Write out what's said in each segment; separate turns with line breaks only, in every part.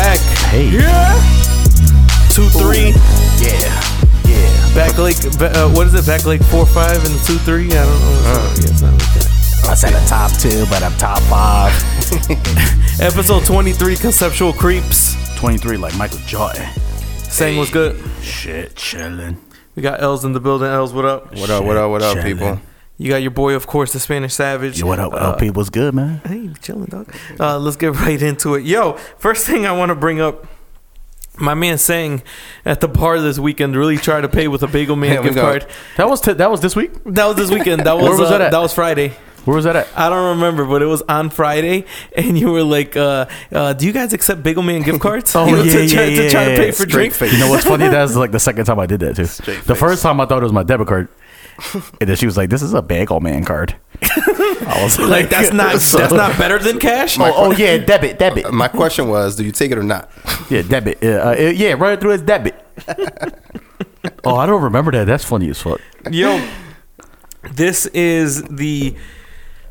me.
Yeah.
Two three.
Yeah. Yeah.
Back leg. ba- Uh, what is it? Back leg four five and two three. I don't know. Yeah, something like that.
I said a top two, but I'm top five.
Episode 23, Conceptual Creeps.
23 like Michael Jordan.
Saying was good.
Shit, chilling.
We got L's in the building. L's, what up?
What up? What up? What up,
Chillin'.
people?
You got your boy, of course, the Spanish Savage.
Yo, what up,
Uh,
LP? What's good, man?
Hey, chilling, dog. Uh, let's get right into it. Yo, first thing I want to bring up. My man sang at the bar this weekend. Really tried to pay with a Bagel Man
Here we
gift
go.
card.
That was t- that was this week.
That was this weekend. That was,
Where was
uh,
that at?
that was Friday.
Where was that at?
I don't remember, but it was on Friday, and you were like, uh, uh, "Do you guys accept Bagel Man gift cards?"
Oh,
You know,
yeah,
to, try,
yeah,
to try to
yeah,
pay
yeah.
for
Straight
drinks.
face.
You know what's funny? That's like the second time I did that too.
Straight
the
face.
first time I thought it was my debit card, and then she was like, "This is a bagel man card." I was like,
Like that's not
So-
that's not better than cash.
oh, oh, yeah, debit, debit,
My question was, do you take it or not?
yeah, debit, yeah, uh, uh, yeah, run it through as debit." oh, I don't remember that. That's funny as fuck.
Yo, this is the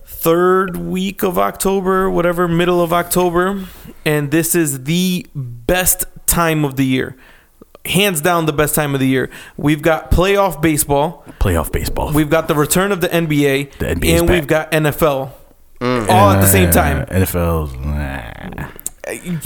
third week of October, whatever, middle of October, and this is the best time of the year. Hands down, the best time of the year. We've got playoff baseball.
Playoff baseball.
We've got the return of the NBA,
The NBA 's
and we've got NFL all at the same time.
NFL, 's, nah.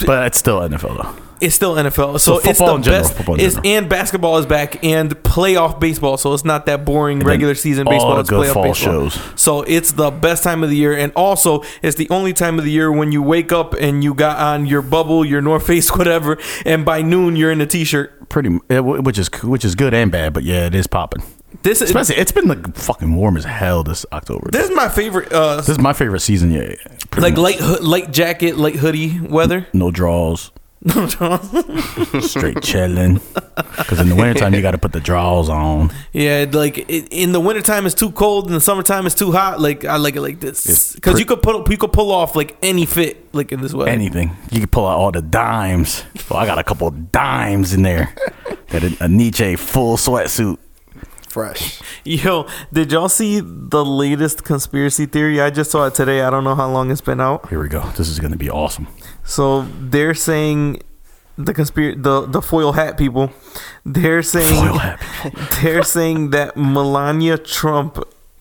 but it's still NFL though.
It's still NFL, so it's
football
the
in general,
best.
football in
It's,
general.
and basketball is back, and playoff baseball, so it's not that boring
then
regular season
all
baseball.
the
it's
good
playoff
fall
baseball.
shows.
So it's the best time of the year, and also it's the only time of the year when you wake up and you got on your bubble, your North Face, whatever, and by noon you're in a t-shirt.
Pretty, m- it- which is which is good and bad, but yeah, it is popping.
This is
Especially, it's been like fucking warm as hell this October.
this is my favorite, uh,
This is my favorite season yet. Pretty
like
much.
light hoo- light jacket, light hoodie weather.
no draws, straight chilling. Because in the wintertime, you got to put the draws on.
Yeah, it- like it, in the wintertime it's too cold, in the summertime it's too hot. Like I like it like this
It's
because
pre-
you could put you could pull off like any fit like in this way.
Anything you can pull out all the dimes. Well, I got a couple dimes in there. Got a, a Nietzsche full sweatsuit.
Fresh.
Yo, did y'all see the latest conspiracy theory? I just saw it today. I don't know how long it's been out.
Here we go. This is gonna be awesome.
So they're saying the conspir the the foil hat people. They're saying
Foil hat
they're saying that Melania Trump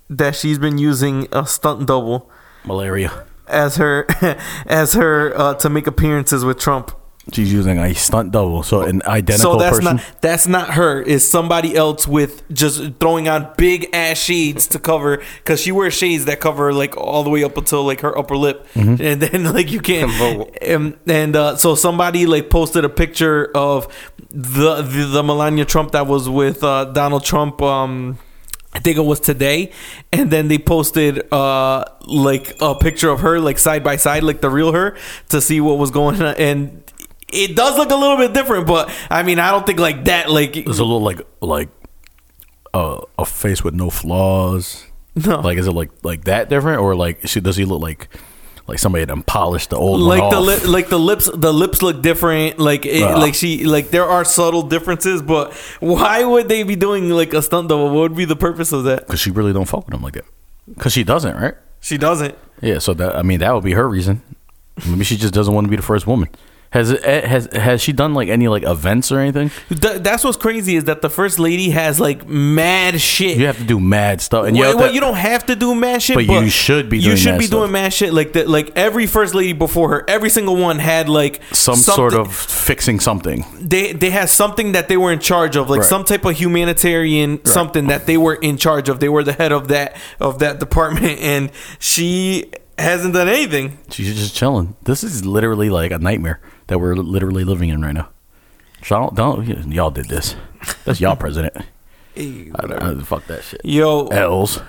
that she's been using a stunt double
Malaria.
as her as her uh, to make appearances with Trump.
She's using a stunt double, so an identical
So that's
person.
not that's not her. It's somebody else with just throwing on big ass shades to cover because she wears shades that cover like all the way up until like her upper lip,
Mm-hmm.
and then like you can't. And, and uh, so somebody like posted a picture of the the, the Melania Trump that was with uh, Donald Trump. Um, I think it was today, and then they posted uh like a picture of her like side by side, like the real her, to see what was going on. And it does look a little bit different, but I mean, I don't think like that. Like
Is it look like like uh, a face with no flaws?
No.
Like, is it like like that different, or like she, does he look like like somebody that polished the old
like
one
the
off?
li- like the lips the lips look different like it,
Ugh.
like she like there are subtle differences but why would they be doing like a stunt double what would be the purpose of that
Because she really don't fuck with him like that. Because she doesn't, right?
she doesn't
Yeah. So that I mean, that would be her reason. Maybe she just doesn't want to be the first woman. Has it eh, has has she done like any like events or anything?
Th- that's what's crazy is that the first lady has like mad shit
You have to do mad stuff, and you,
well,
have
well,
to-
you don't have to do mad shit,
But you should be
you
doing
should
mad
be
stuff.
doing mad shit like that. Like every first lady before her, every single one had like
some sort
something-
of fixing something.
they they had something that they were in charge of, like
Right.
some type of humanitarian something that they were in charge of. They were the head of that of that department, and she hasn't done anything.
She's just chilling. This is literally like a nightmare that we're literally living in right now. Y'all, don't y'all did this? That's y'all president. I, I, fuck that shit.
Yo,
L's.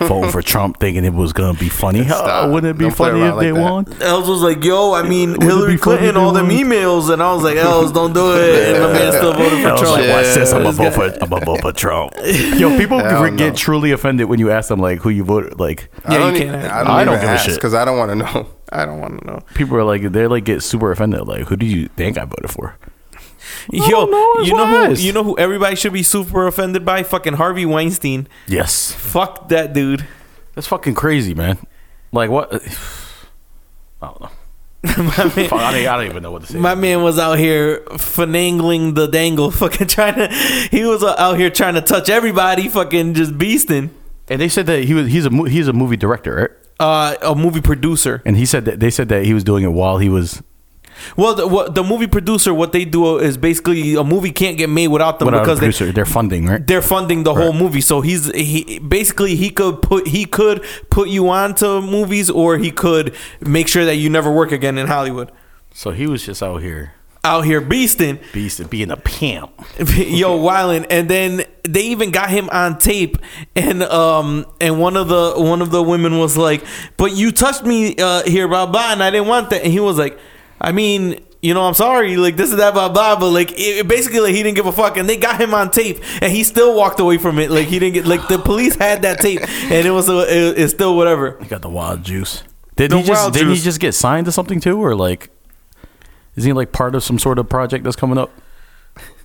Voting for Trump, thinking it was gonna be funny.
Stop.
Oh, wouldn't it be
Don't play
funny
around
if they
like that.
won?
Els was like, "Yo, I mean
it
Hillary
be funny
Clinton,
if
all
they
them
won?
emails," and I was like, "Els, don't do it." And my man still voted
I
for
was
Trump.
like, "Why, sis, I'm a
This guy-
vote for I'm a vote for Trump. Yo, people
Hell
get
no.
truly offended when you ask them like who you voted. Like
Yeah,
I
you
don't, e-
can't have-
I don't,
I don't
even
give a
ask
shit.
because I don't want to know. I don't want to know.
people are like they like get super offended. Like who do you think I voted for?
Yo,
don't know his
you know who
lies.
you know who everybody should be super offended by? Fucking Harvey Weinstein.
Yes,
Fuck that dude.
that's fucking crazy, man. Like what? I don't know.
my man,
Fuck, I, don't, I don't even know what to say.
my man was out here finangling the dangle, fucking trying to. He was out here trying to touch everybody, fucking just beasting.
and they said that he was he's a mo- he's a movie director, right?
Uh, a movie producer.
And he said that they said that he was doing it while he was
Well, the, what, the movie producer, what they do is basically a movie can't get made without them
without a
because they,
producer. They, are funding, right?
they're funding the whole movie. So he's he basically he could put he could put you onto movies, or he could make sure that you never work again in Hollywood.
So he was just out here
Out here beasting,
beast being a pimp.
yo, wilding, and then they even got him on tape, and um, and one of the one of the women was like, "But you touched me uh, here, blah blah," and I didn't want that, and he was like, "I mean." You know, I'm sorry. Like this is that blah blah, but like it, it basically, like, he didn't give a fuck, and they got him on tape, and he still walked away from it. Like he didn't get. Like the police had that tape, and it was uh, it, it's still whatever.
He got the wild juice. Did he
The
just
wild
did he
juice.
just get signed to something too, or like is he like part of some sort of project that's coming up?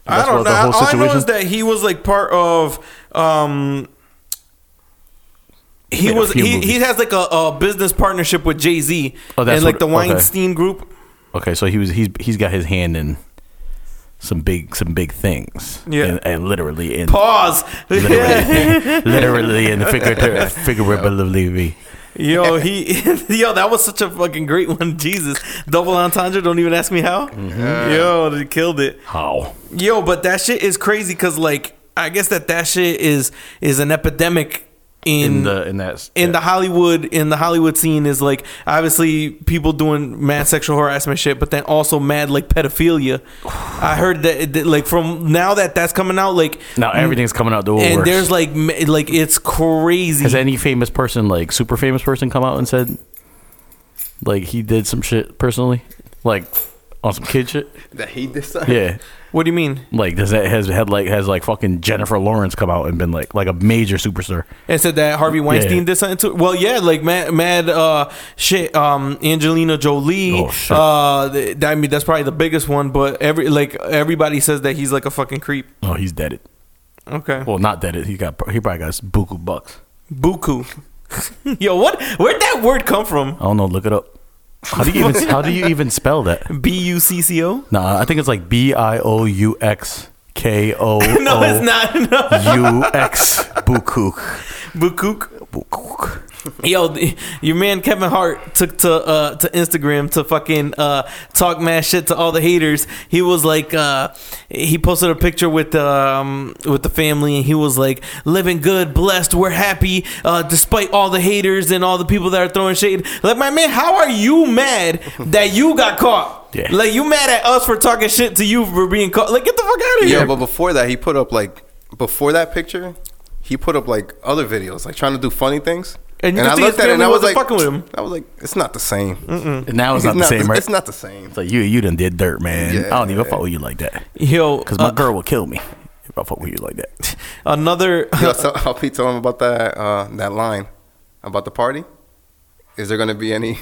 I
That's
don't
what
know.
the whole
All I know
situation-
is that he was like part of. um he
Made a
was
few
he, he
movies.
has like a, a business partnership with Jay Z
Oh, that's
and like
what-
the
okay.
Weinstein Group.
Okay, so he was he's he's got his hand in some big some big things.
Yeah.
and, and literally in
Pause.
literally, literally and figuratively, figuratively.
yo, he yo, that was such a fucking great one. Jesus, double entendre. Don't even ask me how.
Mm-hmm.
Yo, they killed it.
How?
Yo, but that shit is crazy because like I guess that that shit is is an epidemic in,
In the in that
in the Hollywood in the Hollywood scene is like obviously people doing mad sexual harassment shit, but then also mad like pedophilia. I heard that, that, like from now that that's coming out, like
now everything's coming out the woodworks.
and there's like ma- like it's
Has
crazy.
any famous person, like super famous person, come out and said, like he did some shit personally, like on some kid shit?
That he decided.
Yeah,
What do you mean?
like does that has had like has like fucking Jennifer Lawrence come out and been like like a major superstar?
And said that Harvey Weinstein
Yeah.
did something to. Well, yeah, like mad, mad uh, shit. Um, Angelina Jolie.
Oh, shit.
Uh, th- I mean that's probably the biggest one, but every like everybody says that he's like a fucking creep.
Oh, he's deaded.
Okay,
Well, not deaded. He got he probably got buku bucks.
buku. Yo, what? Where'd that word come from?
I don't know. Look it up. How do you even how do you even spell that?
B U C C O.
Nah, I think it's like B I O U X K O.
No, it's not. No.
U X bukuk.
Bukuk. Yo, th- your man Kevin Hart took to uh, to Instagram to fucking uh, talk mad shit to all the haters. He was like, uh, he posted a picture with um, with the family, and he was like, "Living good, blessed, we're happy, uh, despite all the haters and all the people that are throwing shade." Like, my man, how are you mad that you got caught?
Yeah.
Like, you mad at us for talking shit to you for being caught? Like, get the fuck out of here.
Yeah, but before that, he put up like before that picture, he put up like other videos, like trying to do funny things.
And you can see his family wasn't fucking with him.
I was like, it's not the same.
Now it's not the same, right?
It's not the same.
It's like you, you done did dirt, man.
Yeah.
I don't even fuck with you like that.
Yo,
Cause my
uh,
girl will kill me if I fuck with you like that.
another.
Yo, so I'll be telling him about that uh, that line about the party. Is there gonna be any?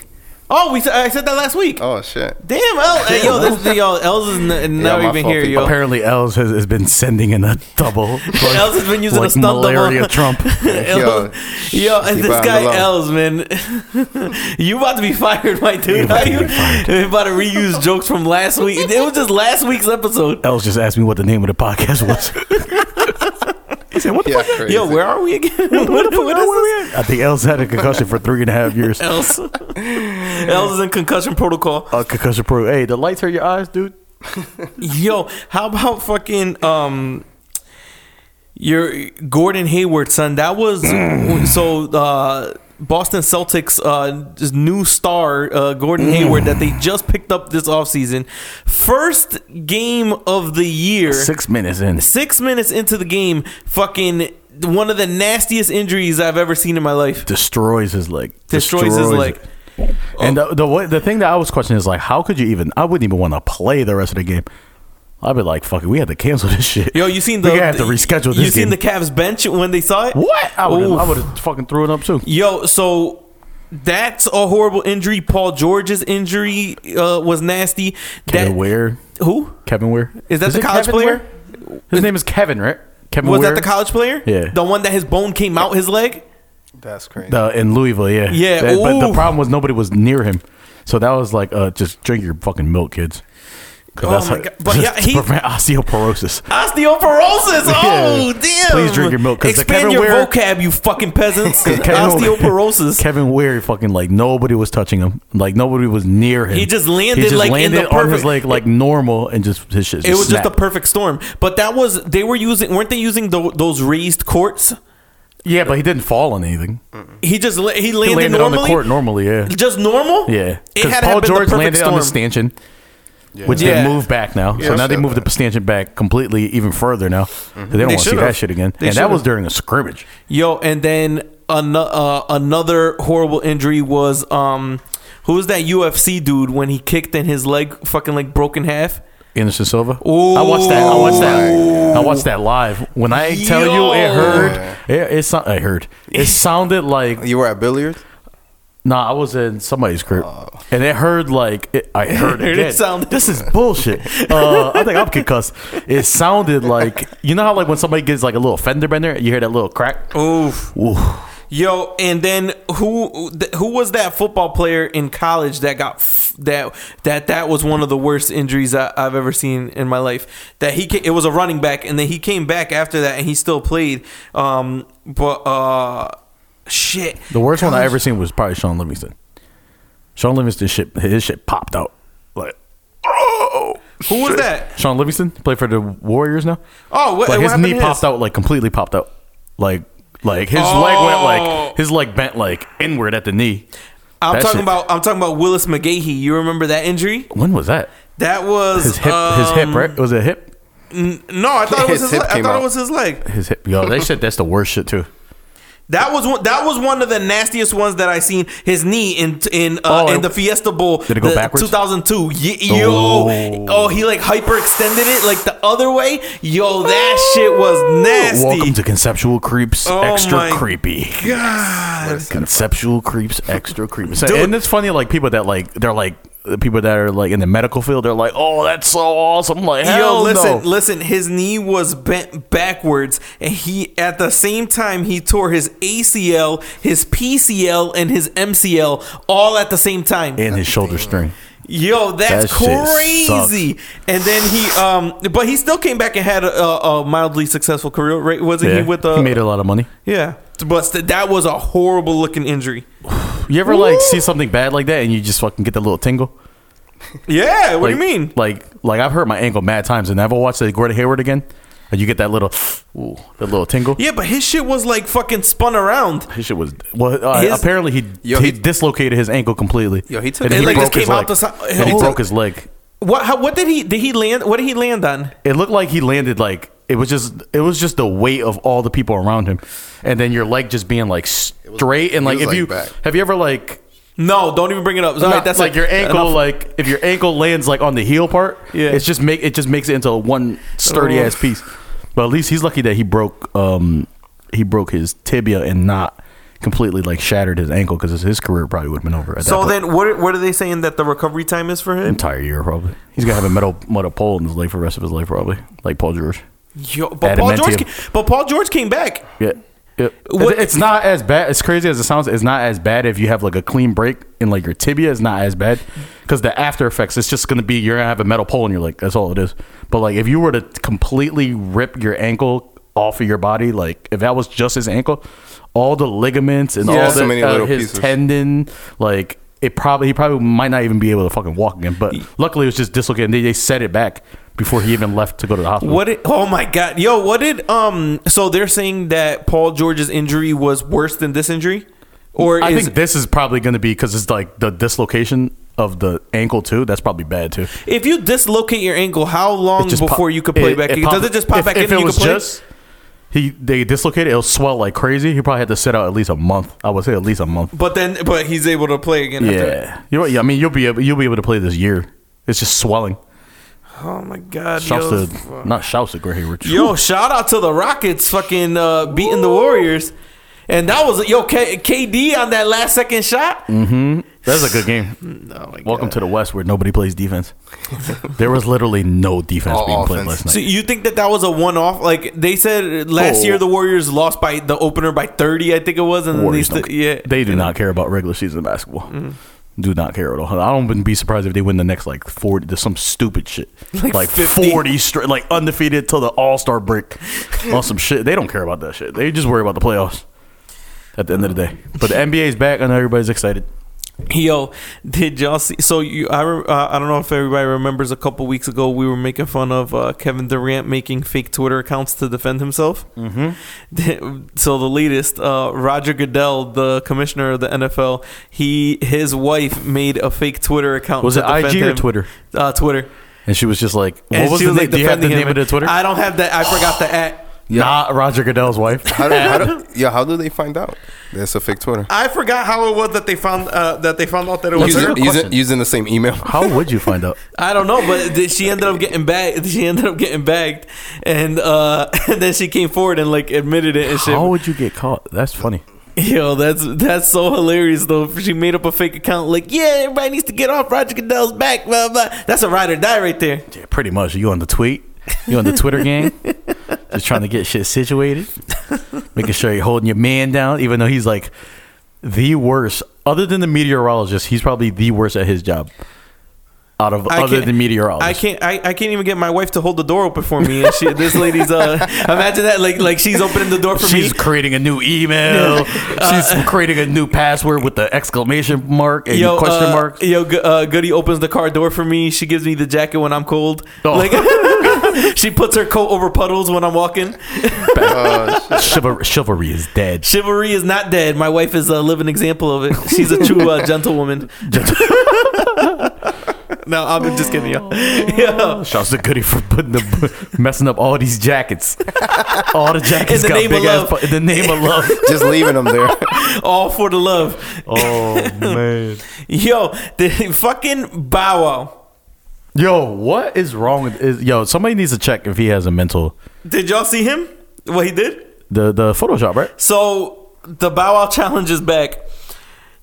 Oh, we s- I said that last week.
Oh shit!
Damn, El, hey, yo, this is yo, Els is n- not
my
even
fault,
here,
people.
yo.
Apparently, Els has, has been sending in a double. Like,
Els has been using
like
a stunt
malaria
double.
Trump.
Yo, yo,
keep
and
it
this
on
guy
the low.
Els, man, you about to be fired, my dude. How you you about to reuse jokes from last week? It was just last week's episode.
Els just asked me what the name of the podcast was. he said, "What the
Yeah,
fuck?"
crazy.
Yo, where are we again? what, what is this?
I think Els had a concussion for three and a half years.
Els, Els is in concussion protocol.
A concussion pro. Hey, the lights hurt your eyes, dude.
Yo, how about fucking um your Gordon Hayward son? That was so uh Boston Celtics uh this new star uh Gordon
Mm.
Hayward that they just picked up this offseason. First game of the year.
Six minutes in.
six minutes into the game, fucking one of the nastiest injuries I've ever seen in my life.
destroys his leg.
Destroys his leg.
it. And
Oh.
the the, way, the thing that I was questioning is like, how could you even? I wouldn't even want to play the rest of the game. I'd be like, fuck it, we had to cancel this shit.
Yo, you seen
We
the
gonna have to reschedule
You
this
seen
game.
the Cavs bench when they saw it?
what? I would
Oof.
I would have fucking threw it up too.
Yo, so that's a horrible injury. Paul George's injury uh, was nasty. That
Kevin Ware,
who
Kevin Ware.
is that?
Is
the
it
college
Kevin
player?
Ware? His name is Kevin, right? Kevin
Was
Ware?
that the college player?
Yeah.
the one that his bone came out his leg.
That's crazy.
The- in Louisville, yeah,
Yeah,
That- but the
oof.
problem was nobody was near him. So that was like, uh, just drink your fucking milk, kids.
Oh
'Cause
my
how-
God. But yeah,
to
he-
prevent osteoporosis.
Osteoporosis. Oh
Yeah.
damn!
Please drink your milk, 'cause the
Expand
Kevin
your
Ware-
vocab, you fucking peasants.
Kevin-
Osteoporosis.
Kevin Ware, fucking like nobody was touching him, like nobody was near him.
He just landed, like, in the
on his
perfect-
leg like normal, and just his shit.
it was just a
snapped.
perfect storm. But that was they were using weren't they using tho- those raised courts?
yeah, but he didn't fall on anything.
He just la- he
He
landed,
landed on
normally.
the court normally. Yeah,
Just normal.
yeah.
It
Because
had
Paul
Paul
George
the
landed
perfect storm.
on the stanchion, which
Yeah.
they moved back now.
Yeah,
so
I
now they
said
moved the stanchion back completely, even further now. So They don't want to see
should've.
that shit again.
They
and that was
should've.
during a scrimmage.
Yo, and then an- uh, another horrible injury was um, who was that UFC dude when he kicked and his leg fucking like broke in half?
Anderson Silva. I watched that. I watched that. I watched that live. When I tell you, it
Yo.
heard. It, it so- I heard. It sounded like
You were at billiards.
Nah, I was in somebody's crib, and it heard like it, I heard
It
Oh. it. again.
sounded-
This is bullshit. Uh, I think I'm concussed. It sounded like you know how like when somebody gets like a little fender bender, you hear that little crack.
Oof.
Ooh.
Yo, and then who who was that football player in college that got f- that that that was one of the worst injuries I, I've ever seen in my life. That he ca- it was a running back, and then he came back after that, and he still played. Um, but uh, shit.
The worst one I ever seen was probably Sean Livingston. Sean Livingston shit, his shit popped out. Like
Who was that?
Sean Livingston played for the Warriors now.
Oh, what,
like
what
his
happened
knee
to
popped out like completely popped out like like his leg went
Oh.
like his leg bent like inward at the knee
I'm
That
talking
shit-
about I'm talking about Willis McGahee. You remember that injury?
when was that
That was um,
his hip his hip right was it hip
No, I thought it was his.
His hip
leg. I
came
thought it
out.
was his leg.
his hip yo that shit that's the worst shit too
That was one. That was one of the nastiest ones that I seen. His knee in in uh,
Oh,
in
it-
the Fiesta Bowl. Did
it go backwards?
2002. Ye- Yo, oh.
Oh.
he like hyperextended it like the other way. Yo, that shit was nasty.
welcome to conceptual creeps
Oh my
extra creepy
God.
conceptual creeps extra creepy So- and it's funny like people that like they're like the people that are like in the medical field they're like oh that's so awesome like hell
Yo, listen,
no.
listen. His knee was bent backwards, and he at the same time he tore his ACL, his PCL, and his MCL all at the same time.
and his shoulder string
Yo, that's
That shit
crazy. And then he, um, but he still came back and had a, a mildly successful career. Right? Wasn't
yeah
he with uh, the?
he made a lot of money
yeah, but st- that was a horrible looking injury.
you ever like see something bad like that and you just fucking get that little tingle
Yeah, what
like,
do you mean?
Like, like I've hurt my ankle mad times, and never watched the Gordon Hayward again. And you get that little, ooh, that little tingle.
Yeah, but his shit was like fucking spun around.
His shit was well. Uh,
His-
apparently, he,
Yo,
he
he-
dislocated his ankle completely.
Yo, he took
and
it
then he
like
broke
this
his
came out
leg.
the si-
and he
Oh.
broke his leg.
What? How, what did he? Did he land? What did he land on?
It looked like he landed like it was just it was just the weight of all the people around him, and then your leg just being like straight and like
was,
if
like,
you
back.
have you ever like
No, don't even bring it up. Sorry,
Not-
that's
like your ankle,
enough.
like if your ankle lands like on the heel part,
Yeah.
it's just make it just makes it into a one sturdy ass piece. But at least he's lucky that he broke um he broke his tibia and not completely like shattered his ankle because his career probably would have been over. At that
So
point.
then, what? What are they saying that the recovery time is for him?
entire year probably he's gonna have a metal metal pole in his leg for the rest of his life probably like Paul George.
Yo, but Paul George.
Adamantium.
Came, but Paul George came back.
Yeah. Yep.
What-
It's- It's not as bad. As crazy as it sounds, it's not as bad if you have like a clean break and like your tibia is not as bad because the after effects. It's just gonna be you're gonna have a metal pole in your leg. That's all it is. But like if you were to completely rip your ankle off of your body, like if that was just his ankle, all the ligaments and
Yeah.
all
So
the,
many
uh,
little
his
pieces.
tendon, like it probably he probably might not even be able to fucking walk again. But luckily it was just dislocated. They, they set it back before he even left to go to the hospital.
What did, oh my god. Yo, what did um so they're saying that Paul George's injury was worse than this injury? Or
I
is
think this is probably going to be because it's like the dislocation of the ankle too. That's probably bad too.
if you dislocate your ankle, how long
It just
before
pop-
you could play
it-
back?
it
in?
pop-
Does it just pop
if-
back
if
in and
it
you
was
can play?
just he they dislocated, it'll swell like crazy. He probably had to sit out at least a month. I would say at least a month.
but then but he's able to play again after that.
Yeah, you know, yeah. I mean, you'll be able, you'll be able to play this year. It's just swelling.
Oh my god.
Shouts
yo,
to not shouts to Gray Hayward.
Yo, shout out to the Rockets fucking uh, beating the Warriors. And that was yo K- KD on that last second shot.
Mm. that's a good game. Welcome to the West where nobody plays defense. there was literally no defense
All
being played
offense.
last night.
So you think that that was a one off? Like they said last
Oh.
year, the Warriors lost by the opener by thirty, I think it was, and then they
Warriors
st-
don't-
yeah Mm-hmm.
They do not care about regular season basketball. do not care at all. I don't wouldn't be surprised if they win the next like forty to some stupid shit, like,
Like 50.
forty straight, like undefeated till the All Star break, on some shit. They don't care about that shit. They just worry about the playoffs. At the end of the day, but the NBA's back. I know everybody's excited.
Yo, did y'all see? So you, I, re- uh, I don't know if everybody remembers. A couple weeks ago, we were making fun of uh, Kevin Durant making fake Twitter accounts to defend himself. Mm-hmm. So the latest, uh, Roger Goodell, the commissioner of the NFL, he his wife made a fake Twitter account.
Was
to
it IG
defend
or
him.
Twitter?
Uh, Twitter.
And she was just like, "What
And
was
she
the,
was,
name?
like,
do you have the
defending
name
him.
of the Twitter?"
I don't have that. I forgot the at.
Not Roger Goodell's wife.
How do, how do, yeah, how do they find out? That's a fake Twitter.
I forgot how it was that they found uh, that they found out that it was her.
Using,
good
using,
question.
using the same email.
How would you find out?
I don't know, but th- she ended up getting bagged. She ended up getting bagged, and uh, and then she came forward and like admitted it and shit.
How would you get caught? That's funny.
Yo, that's that's so hilarious though. She made up a fake account like, yeah, everybody needs to get off Roger Goodell's back. Blah blah. That's a ride or die right there.
Yeah, pretty much. You on the tweet? You on the Twitter game? Just trying to get shit situated, making sure you're holding your man down, even though he's like the worst. Other than the meteorologist, he's probably the worst at his job. Out of
I
other
can't-
than meteorologist,
I can't. I, I can't even get my wife to hold the door open for me. And she, this lady's. Uh, imagine that. Like like she's opening the door for
She's
me. Uh,
creating a new email. She's creating a new password with the exclamation mark and
Yo,
question
uh,
mark.
Yo, Go- uh, Goody opens the car door for me. She gives me the jacket when I'm cold.
Oh.
Like she puts her coat over puddles when I'm walking. Oh,
Chival- chivalry is dead.
Chivalry is not dead. My wife is a living example of it. She's a true uh, gentlewoman. no, I'm just kidding. Yo. Yo.
Shouts to Goody for putting the messing up all these jackets. All the jackets
the
got
name of
big ass.
love.
pu- In the name of love.
Just leaving them there.
All for the love.
Oh man.
Yo, the fucking Bow Wow.
Yo, what is wrong with is yo, somebody needs to check if he has a mental
Did y'all see him? What he did?
the the Photoshop, right?
So the Bow Wow challenge is back.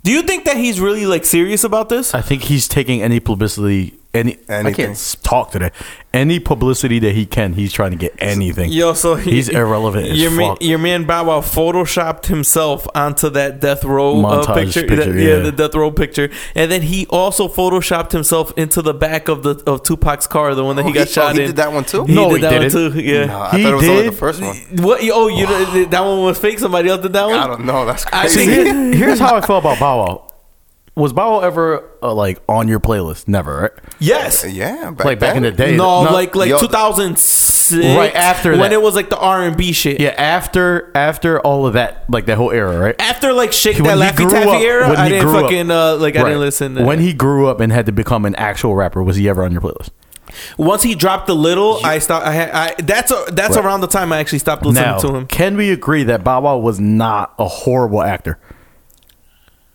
Do you think that he's really like serious about this?
I think he's taking any publicity any I
Anything.
can't s- talk today. Any publicity that he can, he's trying to get anything.
Yo, so he-
he's irrelevant as
Your man,
fuck.
your man Bow Wow photoshopped himself onto that death row uh,
Montage
picture.
picture,
That- yeah.
yeah.
the death row picture, and then he also photoshopped himself into the back of the of Tupac's car, the one that he
Oh,
got
he-
shot
oh, he
in.
did that one too?
He
No,
did
he
that
didn't.
one too. Yeah.
Nah,
He
I thought it was only the
did?
first one.
What? Oh, you know, that one was fake. Somebody else did that one.
I don't know. That's
I
crazy.
See,
think-
here- here's how I felt about Bow Wow. Was Bow Wow ever uh, like on your playlist? Never, right?
Yes.
yeah,
Like back in the
then.
day.
No, like like
yo-
2006.
Right after
when
that.
it was like the R and B shit.
Yeah, after after all of that, like that whole era, right?
After like shake
When
that
he
laffy
grew
taffy
up-
era,
when
I
he
didn't
grew up-
fucking uh, like I
Right.
didn't listen.
When he grew up and had to become an actual rapper, was he ever on your playlist?
once he dropped the little, I stopped. I, had, I that's a, that's
Right.
around the time I actually stopped listening
now,
to him.
can we agree that Bow Wow was not a horrible actor?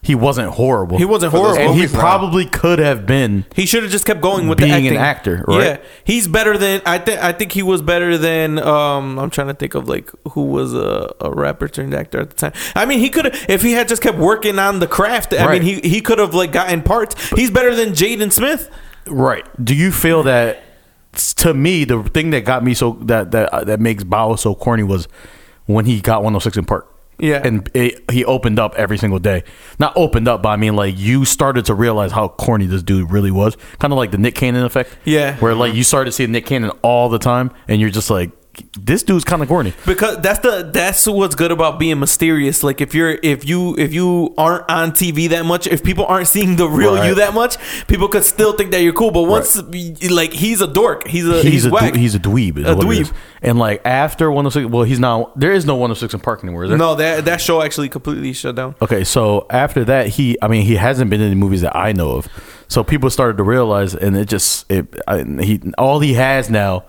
He wasn't horrible.
He wasn't
For those
horrible.
and he
He's not.
probably could have been.
He should have just kept going with the
Being
acting.
an actor, right?
Yeah, he's better than I think. I think he was better than. Um, I'm trying to think of like who was a, a rapper turned actor at the time. I mean, he could have if he had just kept working on the craft. I
Right.
mean, he he could have like gotten parts. He's better than Jaden Smith.
Right? Do you feel that? To me, the thing that got me so that that uh, that makes Bow Wow so corny was when he got 106 in Park.
Yeah.
and it, he opened up every single day. Not opened up, but I mean, like you started to realize how corny this dude really was. Kind of like the Nick Cannon effect.
Yeah.
where like you started seeing Nick Cannon all the time, and you're just like, this dude's kind of corny.
because that's the that's what's good about being mysterious like if you're if you if you aren't on tv that much if people aren't seeing the real
Right.
you that much people could still think that you're cool but once like he's a dork he's a Uh, he's,
He's a
whack.
dwe- he's a dweeb. Is
A
what it
dweeb.
is. And like after 106, well, he's now there is no 106 in Park anymore. Is there?
no that that show actually completely shut down
Okay, so after that, he I mean he hasn't been in the movies that I know of. So people started to realize, and it just it I, he all he has now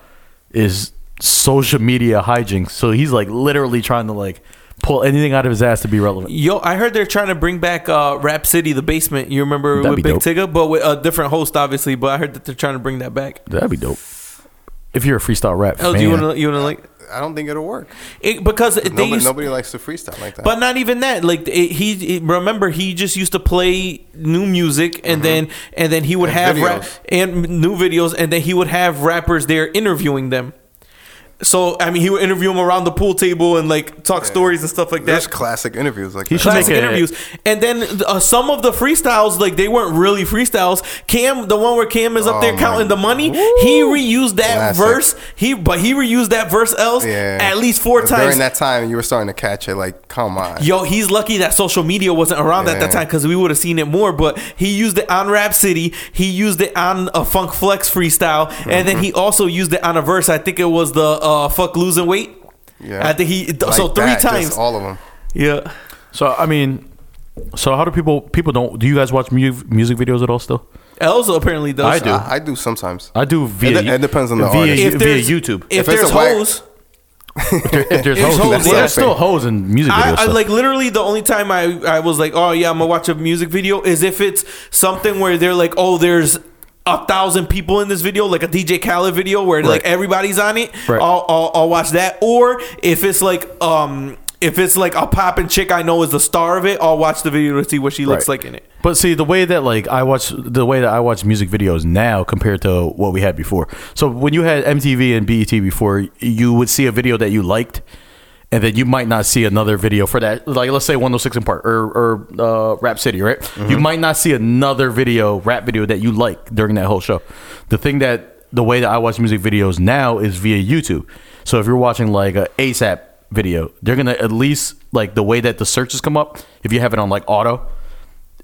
is social media hijinks. So he's like literally trying to like pull anything out of his ass to be relevant.
Yo, I heard they're trying to bring back uh, Rap City, the basement. You remember
That'd
with
be
Big Tigger, but with a different host, obviously. But I heard that they're trying to bring that back.
That'd be dope. If you're a freestyle rap
Oh, do
fan,
you want to? You want to like?
I don't think it'll work.
It, because they
Nobody,
used,
nobody likes to freestyle like that.
But not even that. Like it, he it- remember he just used to play new music and then and then he would
Mm-hmm. And
have rap
videos.
and m- new videos and then he would have rappers there interviewing them. So I mean, he would interview him around the pool table and like talk stories and stuff like
There's
that.
classic interviews like
He
that.
should make
Classic
it-
interviews, and then uh, some of the freestyles, like they weren't really freestyles. Cam, the one where Cam is up
Oh
there
my-
counting the money, he reused that
Classic.
verse. He, but he reused that verse else
Yeah.
at least four
But
times.
During that time, you were starting to catch it. Like, come on.
Yo, he's lucky that social media wasn't around at that
Yeah.
time because we would have seen it more. But he used it on Rap City. He used it on a Funk Flex freestyle, and then
Mm-hmm.
he also used it on a verse. I think it was the uh, "fuck losing weight."
Yeah.
I think he
Like
so three
that, just
times.
All of them.
yeah,
So I mean, so how do people people don't do you guys watch mu- music videos at all still?
Elzo apparently does.
I do.
I, I do sometimes.
I do via.
It de- it depends on the
via,
artist.
via
If there's
YouTube.
If,
If it's
there's
a whack-
hoes,
If there's
if
hoes,
hoes,
well,
yeah.
there's still hoes in music videos.
I, I
so-
like literally the only time I, I was like, oh yeah, I'm gonna watch a music video is if it's something where they're like, oh, there's a thousand people in this video, like a DJ Khaled video where like
Right.
everybody's on it.
Right.
I'll, I'll I'll watch that. Or if it's like um if it's like a poppin' chick I know is the star of it, I'll watch the video to see what she looks
Right.
like in it.
But see, the way that like I watch the way that I watch music videos now compared to what we had before. So when you had MTV and BET before, you would see a video that you liked, and then you might not see another video for that. Like let's say 106 in Park or or uh, Rap City, right? You might not see another video, rap video that you like during that whole show. The thing that the way that I watch music videos now is via YouTube. So if you're watching like a ASAP video, they're gonna at least like the way that the searches come up. If you have it on like auto,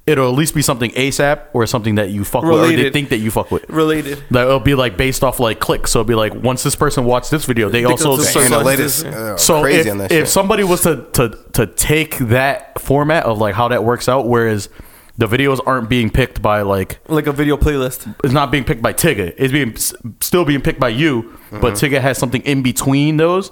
it'll at least be something ASAP or something that you fuck with or they
Related.
think that you fuck with.
Related.
That it'll be like based off like clicks. So it'll be like once this person watched this video, they
Because
also
the
search-
search-
And
so
the
it's
latest,
just-
uh,
so
crazy
if,
on that
if
shit.
somebody was to, to to take that format of like how that works out, whereas the videos aren't being picked by like
Like a video playlist.
it's not being picked by Tigger. It's being s- still being picked by you, but
Mm-hmm.
Tigger has something in between those.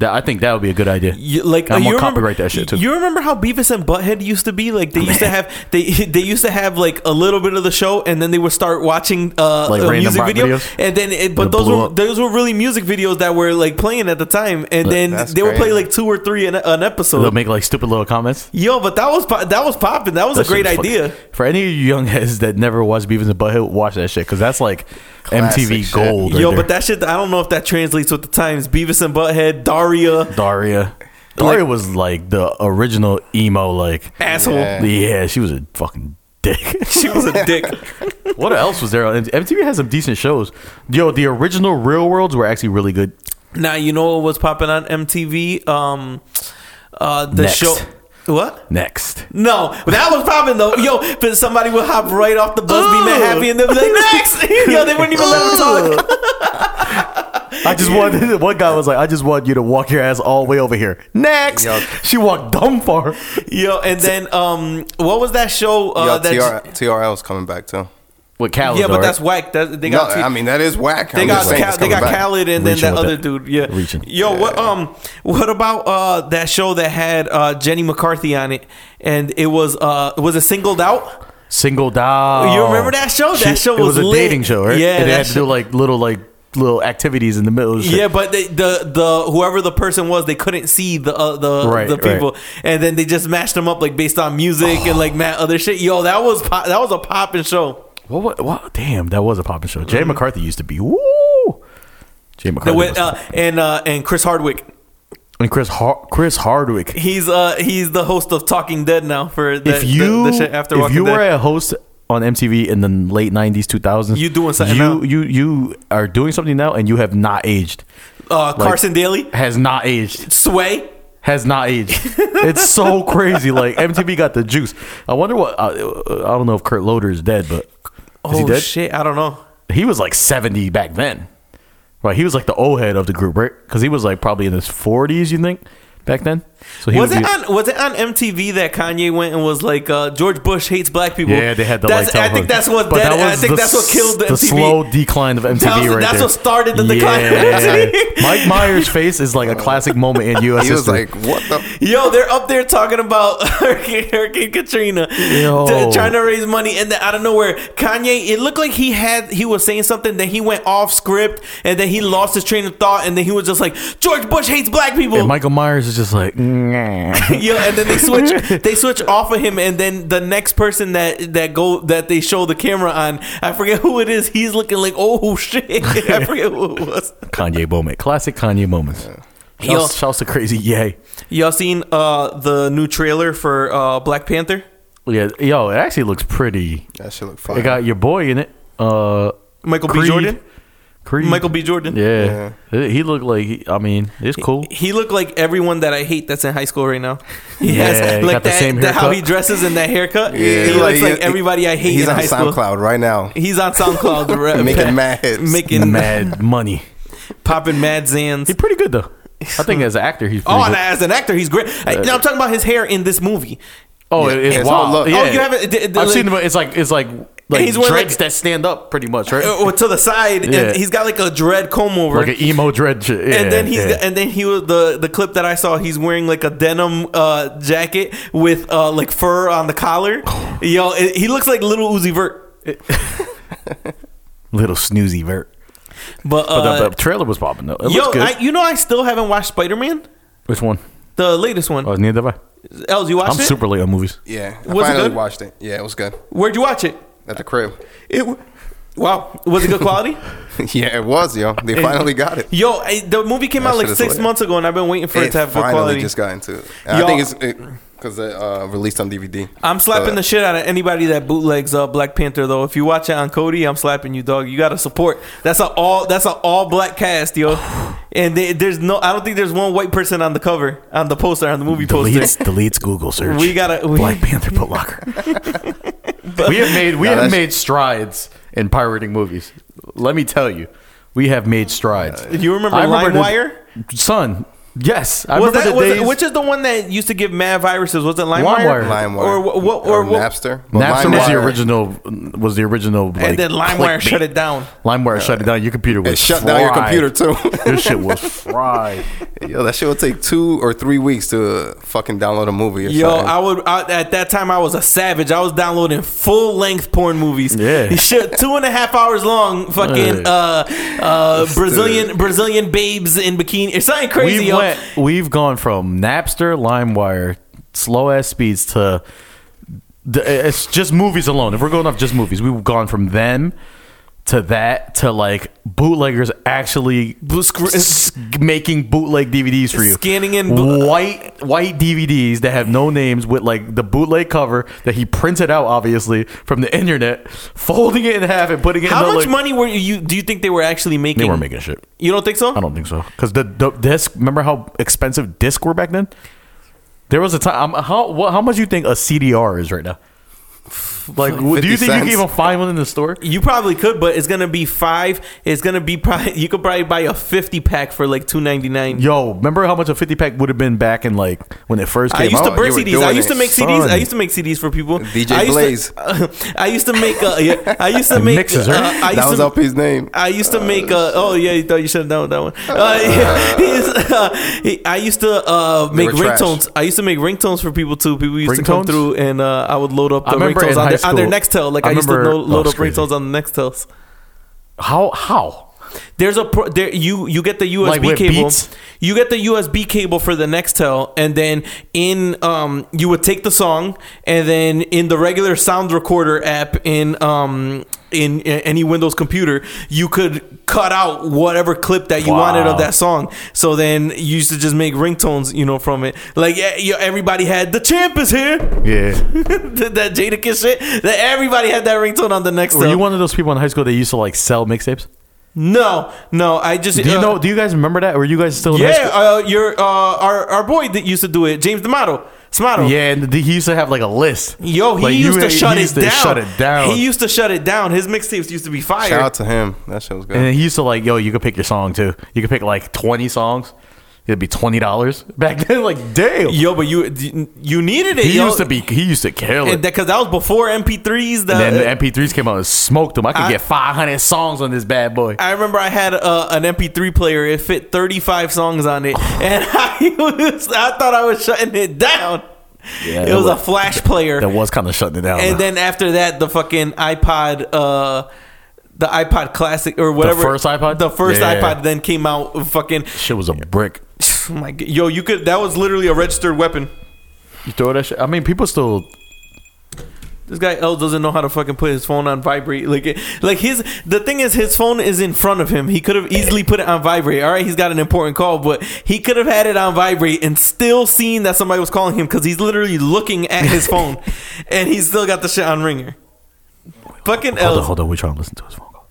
That I think that would be a good idea.
You, like uh,
I'm
you
gonna
remember-
copyright that shit too.
You remember how Beavis and Butthead used to be? Like they used to have they they used to have like a little bit of the show, and then they would start watching uh,
Like
a
random
music
rock
video,
videos?
and then it, but
That
those
blew
were
up.
those were really music videos that were like playing at the time, and then
That's
they would play
crazy.
like two or three an, an episode.
They'll make like stupid little comments.
Yo, but that was po- that was popping. That was
That
a great
shit was
idea.
fucking- For any of you young heads that never watched Beavis and Butthead, watch that shit because that's like MTV
shit.
gold. right
Yo,
there.
but that shit, I don't know if that translates with the times. Beavis and Butthead, Daria,
Daria, Daria was like the original emo. Like,
asshole.
Yeah.
yeah, she was a fucking dick.
She was a dick.
what else was there? on MTV had some decent shows. Yo, the original Real Worlds were actually really good.
now you know what was popping on MTV. Um, uh, the
Next.
show. What?
Next,
No, that was popping though. Yo, but somebody would hop right off the bus, be mad
Ooh.
happy, and they'd be like, next! Yo, they wouldn't even let him talk.
I just want one guy was like, I just want you to walk your ass all the way over here. Next,
Yo.
she walked dumb far.
Yo, and then um, what was that show?
Yo,
Uh, that
TR, TRL is coming back too.
With Cal,
yeah, but that's whack. That, they
No,
got. T-
I mean that is whack.
they
I'm
got
just saying
Cal-
it's
they got
coming back.
Khaled and then
Reaching
that
with
other
that.
dude. Yeah,
Reaching.
Yo, what um, what about uh that show that had uh Jenny McCarthy on it, and it was uh was it singled out?
Singled out.
You remember that show? That show
it
was
a
lit.
dating show, right?
Yeah,
and they
that
had to
show-
do like little like little activities in the middle. Of shit.
Yeah, but they, the the whoever the person was, they couldn't see the uh, the
Right,
the people, and then they just mashed them up like based on music and like mad other shit. Yo, that was pop, that was a popping show.
What, what, what? Damn, that was a poppin' show. Jay McCarthy used to be. Woo! Jay
Mm-hmm. The
McCarthy.
way-
was-
uh, and uh, and Chris Hardwick,
and Chris Har- Chris Hardwick.
he's uh he's the host of Talking Dead now for the,
If you
the, the shit after
if
Walking
you
Dead.
were a host on MTV in the late '90s, 2000s,
You doing something
You
now.
you you are doing something now, and you have not aged.
uh, Carson Daly,
Has not aged.
Sway.
Has not aged. it's so crazy. Like MTV got the juice. I wonder what. I, I don't know if Kurt Loder is dead, but is he
Oh
dead?
shit, I don't know.
he was like 70 back then. Right, he was like the old head of the group, right? Because he was like probably in his 40s, you think, back then. So he
Was
would
it
be-
on was it on MTV that Kanye went and was like uh, George Bush hates black people?
Yeah, they had the
that's,
like.
I think
telephone.
that's what
But
that, I
was
think
the
that's what
s-
killed the,
the
MTV.
slow decline of MTV.
That was-
right
that's
there.
what started the decline of MTV.
Mike Myers' face is like a classic moment in U.S.
He was
history.
like, "What the?" f-
Yo, they're up there talking about Hurricane, Hurricane Katrina,
Yo.
t- trying to raise money, and then out of nowhere, Kanye. It looked like he had he was saying something, then he went off script, and then he lost his train of thought, and then he was just like, George Bush hates black people.
and Michael Myers is just like, mm,
Yo, and then they switch they switch off of him and then the next person that that go that they show the camera on, I forget who it is, he's looking like, oh shit. I forget who it was.
Kanye moment. Classic Kanye moments.
Yo.
Shouts, shouts to Crazy Yay.
Y'all seen uh the new trailer for uh Black Panther?
Yeah, yo, it actually looks pretty.
That shit look
It
fire.
got your boy in it. Uh,
Michael B.
Creed.
Jordan?
Creed.
Michael B. Jordan.
Yeah. He looked like, he, I mean, it's cool.
He looked like everyone that I hate that's in high school right now. He
Yeah,
has
he
like
got the
that,
same
that how
haircut.
he dresses and that haircut.
Yeah,
he looks like
he-
everybody I hate
He's
in
on
high
SoundCloud
school.
right now,
He's on SoundCloud, re-
making mad hits.
making
Mad money.
popping mad zans.
He's pretty good, though. I think as an actor, he's pretty
Oh,
good.
and as an actor, he's great.
Uh,
Hey, now I'm talking about his hair in this movie.
Oh, it- it's,
Yeah, it's all
wild.
look-
Yeah.
Oh, you haven't- d- d-
I've
like-
seen them. It's like it's like like
He's wearing,
dreads
like-
that stand up, pretty much, right?
Uh, Or to the side,
Yeah.
and he's got like a dread comb over.
like an emo dread shit. Yeah,
and then he's
yeah.
got- and then he was the the clip that I saw. He's wearing like a denim uh, jacket with uh, like fur on the collar. Yo, it, he looks like little Uzi Vert.
little snoozy vert.
But,
But
uh,
the, the trailer was popping though. It
yo,
looks good.
I, you know I still haven't watched Spider Man,
Which one?
the latest one.
Oh, neither have I.
Els, you watched
I'm
it?
super late on movies.
Yeah, I
Was it
finally
good?
watched it. Yeah, it was good
Where'd you watch it?
at the crib.
It. w- Wow, was it good quality?
yeah, it was yo. They finally got it.
Yo, I, the movie came
That
out like
shit is
six
lit.
months ago, and I've been waiting for it,
It
to have good
finally
quality.
just got into it. And
Yo.
I think it's because it, uh, released on DVD.
I'm slapping
So-
the shit out of anybody that bootlegs uh, Black Panther though. If you watch it on Cody, I'm slapping you, dog. You gotta support. That's a all. That's a all black cast, yo. And they, there's no. I don't think there's one white person on the cover, on the poster, on the movie
Deletes
poster.
deletes Google search.
We gotta- we-
Black Panther Put Locker. we have made we
No,
have
that's-
made strides in pirating movies. Let me tell you, we have made strides.
Do you remember
I remember
LimeWire?
the- son? Yes, I
Was
remember
that
the
was
days.
it, which is the one that used to give mad viruses? Was it LimeWire?
LimeWire.
LimeWire
Or what? what or what?
Napster. But
Napster was the
LimeWire-
original. Was the original. Like,
And then LimeWire
clickbait.
shut it Uh, down.
LimeWire shut it down. Your computer was
It shut down your
fried.
computer too.
Your shit was fried.
Yo, that shit will take two or three weeks to fucking download a movie. Or
Yo,
something.
I would I, at that time I was a savage. I was downloading full length porn movies.
Yeah.
shit, two and a half hours long. Fucking
Yeah.
uh, uh, Brazilian Brazilian babes in bikini. It's something crazy.
We've
yo.
went, we've gone from Napster, LimeWire, slow ass speeds to the, it's just movies alone. If we're going off just movies, we've gone from them to that to like bootleggers actually s- making bootleg DVDs for you,
Scanning in bo-
white white DVDs that have no names with like the bootleg cover that he printed out obviously from the internet, folding it in half and putting it.
How
in the,
much
like,
money were you? Do you think they were actually making?
They weren't making shit.
You don't think so?
I don't think so. Because the, the disc, remember how expensive disc were back then? There was a time. Um, how what, how much you think a CDR is right now? Like, w- do you
50
think you
cents.
can even find one in the store?
You probably could, but it's gonna be five. It's gonna be probably you could probably buy a fifty pack for like two ninety nine.
Yo, remember how much a fifty pack would have been back in like when it first
I
came
used
out?
to burn
you were
CDs. I
doing
used to
it.
make CDs. I
Son.
used to make CDs for people.
DJ
I used to-
Blaze.
I used to make. Uh, yeah, I used to make.
Mixes, right?
uh, I used
that was
to,
up his name.
I used to make. Uh, oh yeah, you thought you should have known that one. Uh, yeah, he's, uh, he- I used to uh, make
were trash.
ringtones. I used to make ringtones for people too. People used to come
Ringtones?
through and uh, I would load up
I
the
remember
ringtones
in
on
high
their, on their
school-
Nextel. Like I,
I
used to
remember-
know, load
oh,
up
it's crazy.
ringtones on the Nextels.
How how?
There's a pro, there you you get the USB
Like with
cable.
Beats?
You get the USB cable for the Nextel, and then in um you would take the song, and then in the regular sound recorder app in um in, in any Windows computer, you could cut out whatever clip that you wanted
Wow.
of that song. So then you used to just make ringtones, you know, from it. Like yeah, you- everybody had the champ is here,
Yeah.
that that Jadakiss shit. That everybody had that ringtone on the Nextel.
Were you one of those people in high school that used to like sell mixtapes?
no, no, I just
Do you
uh,
know? Do you guys remember that? Were you guys still in high
Yeah,
school?
uh, your uh, our our boy that used to do it, James D'Amato, Smato.
yeah, and the- he used to have like a list.
Yo, he
Like, you-
used to shut
used
it
to
down.
Shut it down.
He used to shut it down. His mixtapes used to be fire.
Shout out to him. That shit was good.
And then he used to like, yo, you could pick your song too. You could pick like twenty songs. It'd be twenty dollars back then. Like, damn.
Yo, but you you needed it.
he
yo.
used to be. He used to kill it.
because
And,
that, 'cause that was before MP3s. The,
then the MP3s came out and smoked them. I could
uh, I-
get five hundred songs on this bad boy.
I remember I had uh, an MP3 player. It fit 35 songs on it, and I was, I thought I was shutting it down.
Yeah,
it
that
was, a
was-
flash player.
that was kind of shutting it down.
and then after that, the fucking iPod, uh, the iPod Classic or whatever,
first iPod?
the first
Yeah.
iPod then came out. Fucking
shit was a brick.
Oh my god, yo, you could. That was literally a registered weapon.
You throw that shit. I mean, people still.
This guy L doesn't know how to fucking put his phone on vibrate. Like, it- like his the thing is his phone is in front of him. He could have easily put it on vibrate. All right, he's got an important call, but he could have had it on vibrate and still seen that somebody was calling him because he's literally looking at his phone, and he's still got the shit on ringer. Fucking
Hold on,
L.
hold on. We trying to listen to his phone call.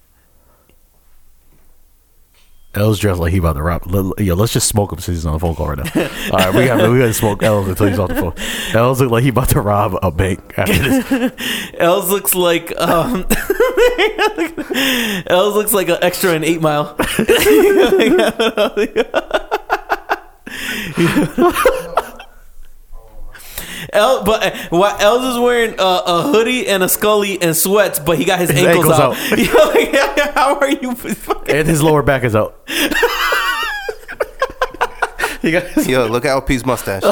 L's dressed like he about to rap. Let- Yo, let's just smoke him since he's on the phone call right now. All right, we gotta we gotta smoke L's until he's off the phone. L's look like he about to rob a bank after this.
L's looks like um, L's looks like an extra in Eight Mile. L, but uh, why Els is wearing a, a hoodie and a scully and sweats, but he got his, ankles,
ankles
out.
out.
Yo, like, how are you?
and his lower back is out. He got-
Yo, look at LP's mustache.
say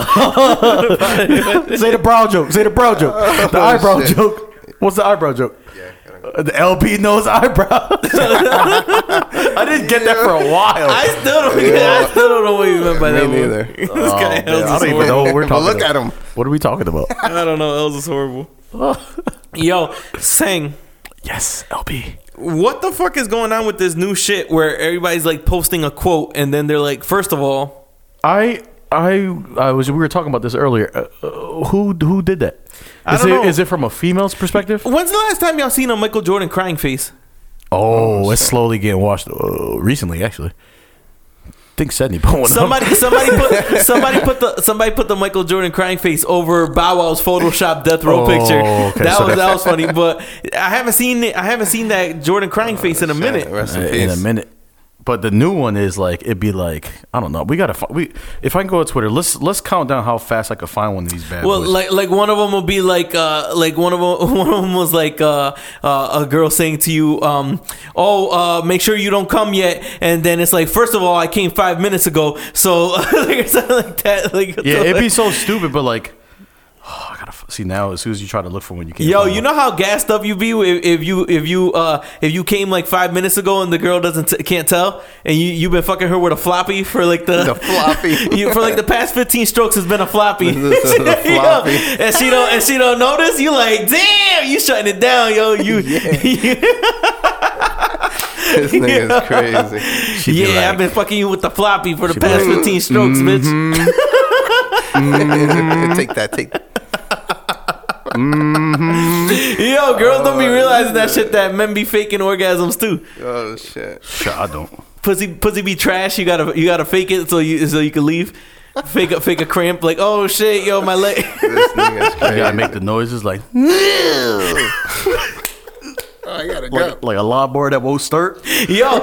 the brow joke. Say the brow joke. The
Oh,
eyebrow
shit.
joke. What's the eyebrow joke?
Yeah, I don't know.
Uh, The LP knows eyebrow. I didn't get that for a while.
I still don't.
Yeah.
I still don't know what you meant by
Me
that. one.
neither.
this
Oh,
guy
man,
Els
I
is
don't even
horrible.
know what we're
But
talking.
look
about.
at him.
What are we talking about?
I don't know. Els is horrible. Yo, Sang.
yes, LP.
what the fuck is going on with this new shit where everybody's like posting a quote and then they're like, first of all,
I I I was we were talking about this earlier. Uh, uh, who who did that? Is
I don't
it
know. Oh,
is it from a female's perspective?
when's the last time y'all seen a Michael Jordan crying face?
Oh, it's slowly getting washed uh, recently actually. I think Sydney put one up.
Somebody, somebody put, somebody put the, somebody put the Michael Jordan crying face over Bow Wow's Photoshop death row
Oh,
picture.
okay,
that
so
was
that-
that was funny, but I haven't seen it. I haven't seen that Jordan crying
Oh,
face in a minute.
Rest
Uh,
in
in a
peace.
minute. But the new one is like it'd be like I don't know. We gotta fi- we if I can go to Twitter, let's let's count down how fast I could find one of these bad
Well,
boys.
like like one of them will be like uh like one of them one of them was like uh, uh a girl saying to you um oh uh make sure you don't come yet and then it's like first of all I came five minutes ago so like something like that like so,
yeah, it'd be
like,
so stupid, but like oh, I gotta f- see now. As soon as you try to look for one, you can't.
Yo,
find
you
one.
know how gassed up you be if, if you if you uh if you came like five minutes ago and the girl doesn't t- can't tell and you you've been fucking her with a floppy for like the,
The floppy.
you, for like the past fifteen strokes has been a floppy,
The floppy.
Yo, and she don't and she don't notice you like damn you shutting it down yo you
This nigga is crazy.
She'd be
yeah
like-
I've been fucking you with the floppy for the
be
past
like,
fifteen strokes bitch Mm-hmm.
take that, take that.
yo girls don't be realizing that shit that men be faking orgasms too
Oh, shit.
Shit, I don't.
pussy pussy be trash. You gotta you gotta fake it so you so you can leave. Fake a fake a cramp like oh shit yo my leg.
This nigga is crazy.
You gotta make the noises like
oh, I gotta go.
like, like a lawnmower that won't start.
yo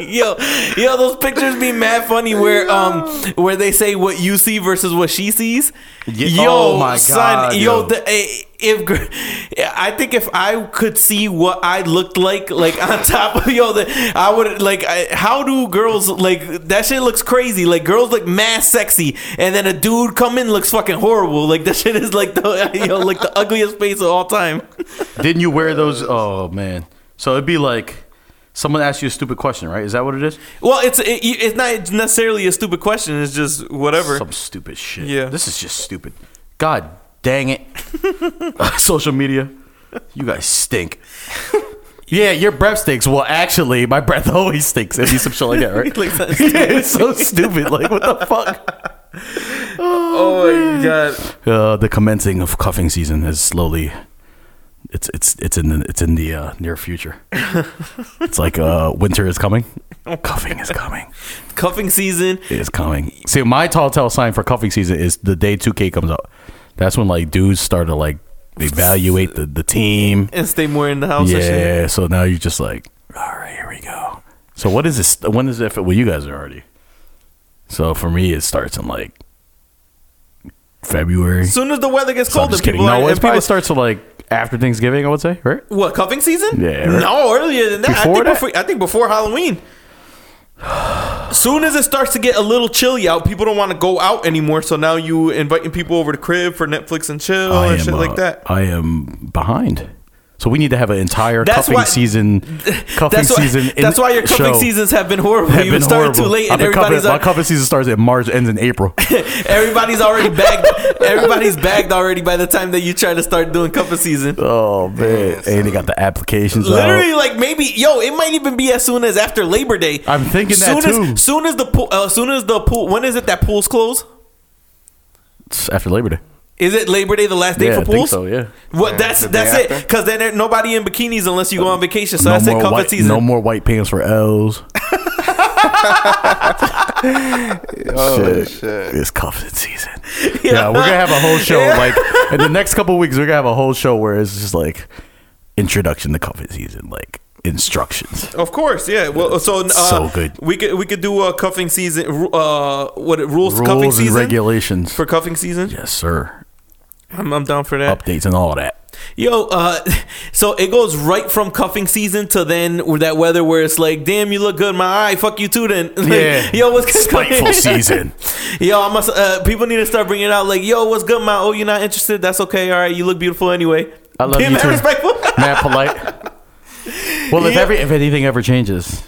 yo yo those pictures be mad funny where um where they say what you see versus what she sees
Ye- oh my God,
yo,
yo.
the, eh, if gr- i think if i could see what i looked like like on top of yo the, i would like I, how do girls like that shit looks crazy like girls look mad sexy and then a dude come in looks fucking horrible like that shit is like the yo like the ugliest face of all time
Didn't you wear those? Oh man. So it'd be like someone asked you a stupid question, right? Is that what it is?
Well, it's it, you- it's not necessarily a stupid question. It's just whatever.
Some stupid shit.
Yeah.
This is just stupid. God dang it. Uh, Social media. You guys stink. Yeah, your breath stinks. Well, actually, my breath always stinks. It'd be some shit like that, right?
Like that.
Yeah, it's so stupid. Like, what the fuck?
oh my god!
Uh, the commencing of cuffing season is slowly. It's it's it's in the, it's in the uh, near future. it's like uh, winter is coming. Cuffing is coming.
Cuffing season.
It is coming. See, my tall tale sign for cuffing season is the day 2K comes out. That's when like dudes start to like evaluate the, the team.
And stay more in the house. And shit.
Yeah, so now you're just like, all right, here we go. So what is this? When is it? Well, you guys are already. So for me, it starts in like February.
As soon as the weather gets
So I'm
colder,
just kidding.
people
No,
are
it
and people
probably starts to like after Thanksgiving. I would say, right?
What cuffing season?
Yeah, right.
No, earlier than that. I
Before
think
that?
before I think before Halloween. Soon as it starts to get a little chilly out, people don't want to go out anymore. So now you inviting people over to crib for Netflix Oh, and chill and shit
uh,
like that.
I am behind. So we need to have an entire
That's
cuffing
why-
season, cuffing
that's why,
season. in
That's why your cuffing
show
seasons have been horrible.
have
You've
been
been starting
horrible.
too late,
I've
and
been cuffing-
everybody's
my
like,
cuffing season starts in March, ends in April.
everybody's already bagged. everybody's bagged already by the time that you try to start doing cuffing season.
oh man! And they got the applications. out.
Literally, like maybe, yo, it might even be as soon as after Labor Day.
I'm thinking
soon
that
as,
too.
Soon as the pool, uh, soon as the pool. When is it that pools close?
It's after Labor Day.
Is it Labor Day the last day
yeah,
for
I
pools?
think so. Yeah.
What?
Yeah,
that's
the day
that's it.
after. Uh,
Because then there, nobody in bikinis unless you go on vacation. So
No
that's it.
more,
Cuffing
white,
season.
no more white pants for L's.
Oh
Shit.
shit.
It's cuffing season. Yeah. we're gonna have a whole show like in the next couple of weeks. We're gonna have a whole show where it's just like introduction to cuffing season, like instructions.
Of course, yeah. Well, so uh,
So good.
We could we could do a cuffing season. ru- Uh, what rules? cuffing
Rules and
season
regulations.
for Uh, cuffing season.
yes, sir.
I'm, I'm down for that.
Updates and all that.
Yo, uh, so it goes right from cuffing season to then with that weather where it's like, damn, you look good, my eye, fuck you too. Then, Like,
Yeah.
Yo, what's
Spiteful season.
Yo, I must. Uh, people need to start bringing it out. Like, yo, what's good, my? Oh, you're not interested. That's okay. All right, you look beautiful anyway.
I love
Being
you
that
too.
respectful.
Mad polite. Well, if
Yeah.
every if anything ever changes,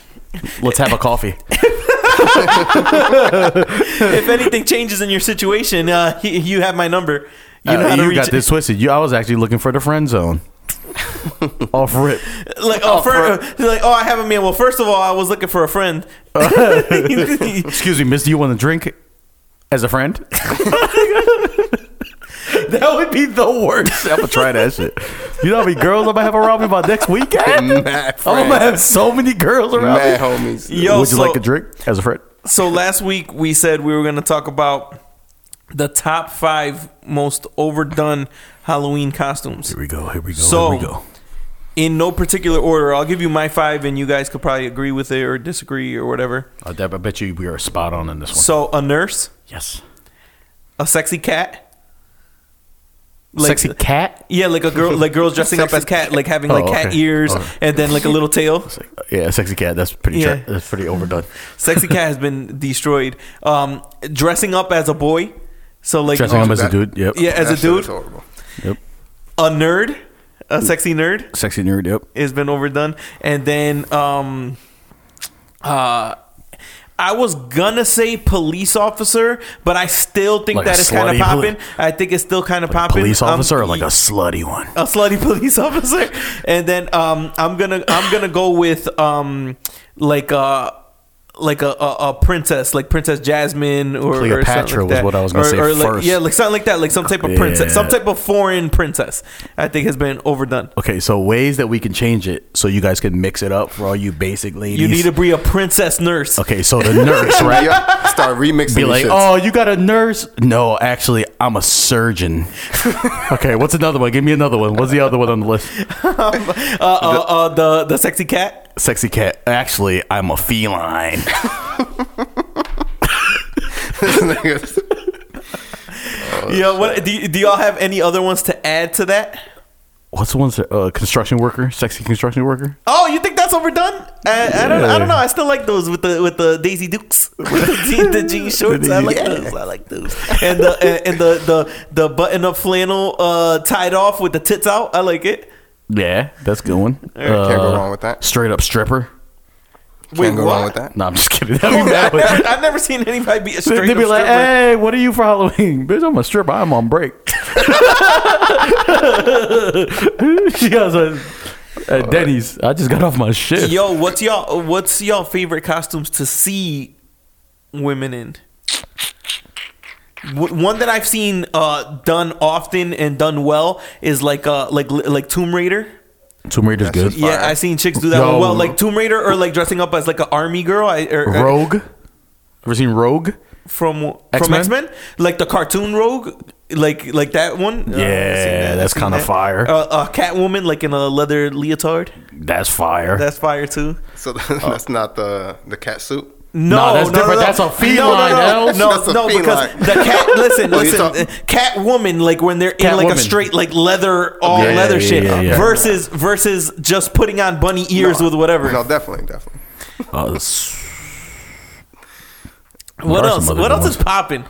let's have a coffee.
if anything changes in your situation, uh, y- you have my number. You
You,
know how to
Uh, you
reach
got this twisted. You, I was actually looking for the friend zone. Off rip.
Like, oh, fir- uh, like, oh, I have a man. Well, first of all, I was looking for a friend. that
Excuse me, miss. Do you want a drink? As a friend, that would be the worst. I'm gonna try that shit. You know how many girls I'm gonna have around me by next weekend? I'm
Mad
gonna
friends.
have so many girls around
Mad
me.
homies.
Yo,
would you
so-
like a drink as a friend?
So last week we said we were going to talk about the top five most overdone Halloween costumes.
we go. Here we go.
So- In no particular order, I'll give you my five, and you guys could probably agree with it or disagree or whatever.
I deb- I bet you we are spot on in this one.
So a nurse,
yes.
a sexy cat,
Sexy cat.
Yeah, like a girl, like girls dressing up as cat, like having like
Oh,
cat
okay.
ears
Okay.
and then like a little tail.
uh, Yeah, sexy cat. That's pretty.
Yeah.
Tra- that's pretty overdone.
Sexy cat has been destroyed. Um, dressing up as a boy, so like
Dressing up as a
that-
dude. Yep.
yeah, as
That
a
shit
dude,
is horrible.
Yep.
a nerd, a sexy nerd
Sexy nerd. Yep.
has been overdone, and then um, uh. I was gonna say police officer, but I still think
Like
that
a
it's kind of
slutty poli-
popping. I think it's still kind of popping.
Police
Um,
officer or like a slutty one.
a slutty police officer. And then um, I'm gonna I'm gonna go with um, like a like a, a, a princess, like Princess Jasmine or or something
Cleopatra
like
was
that.
what I was gonna
Or-
say
or like-
first.
Yeah, like something like that, like some type of princess,
Yeah.
some type of foreign princess. I think has been overdone.
Okay, so ways that we can change it so you guys can mix it up for all you basic ladies.
You need to be a princess nurse.
Okay, so the nurse, right?
Yeah, start remixing.
Be
these
like,
shits.
oh, you got a nurse? No, actually, I'm a surgeon. okay, what's another one? Give me another one. What's the other one on the list?
Uh, uh, uh, the the sexy cat.
Sexy cat. Actually, I'm a feline.
Niggas.
Oh,
yeah. What do, you, do y'all have any other ones to add to that?
What's the one? Uh, construction worker. Sexy construction worker.
Oh, you think that's overdone? I, I don't. I don't know. I still like those with the with the Daisy Dukes, with the jean, the jean shorts. I like those. I like those. And the and, and the the the button up flannel uh, tied off with the tits out. I like it.
Yeah, that's a good one.
Can't go
Uh,
wrong with that.
Straight up stripper.
Can't go wrong with that.
No, I'm just kidding. That'd be bad.
I, have never seen anybody be a straight
They'd be
up
like,
stripper.
"Hey, what are you for Halloween, bitch? I'm a stripper. I'm on break." she goes, uh, uh, "Denny's. I just got off my
"Eh."
shift."
Yo, what's y'all what's y'all favorite costumes to see women in? W- One that I've seen uh, done often and done well is like uh, like like Tomb Raider.
Tomb Raider's good.
just-
Yeah,
Fire.
I've seen chicks do that
Yo.
one well, like Tomb Raider or like dressing up as like an army girl. I, or, or
Rogue. Ever seen Rogue?
from from
X-Men?
X Men, like the cartoon Rogue, like like that one. Uh, I've seen that, I've
that's
seen
kinda
that.
fire.
Uh, uh, Catwoman, like in a leather leotard,
That's fire.
that's fire too.
So that's not the the cat suit.
No,
Nah, that's
no,
different.
No, no.
That's a feline,
No, no,
Elves.
no,
That's
no,
a
no because
feline.
the cat. Listen,
What are you
listen.
talking-
Catwoman, like when they're in like a
Catwoman.
straight, like leather, all
Yeah,
leather
yeah,
shit,
yeah, yeah.
versus versus just putting on bunny ears with whatever.
No, definitely, definitely.
Uh, s-
what
There are
else?
some other
What
good
else is popping?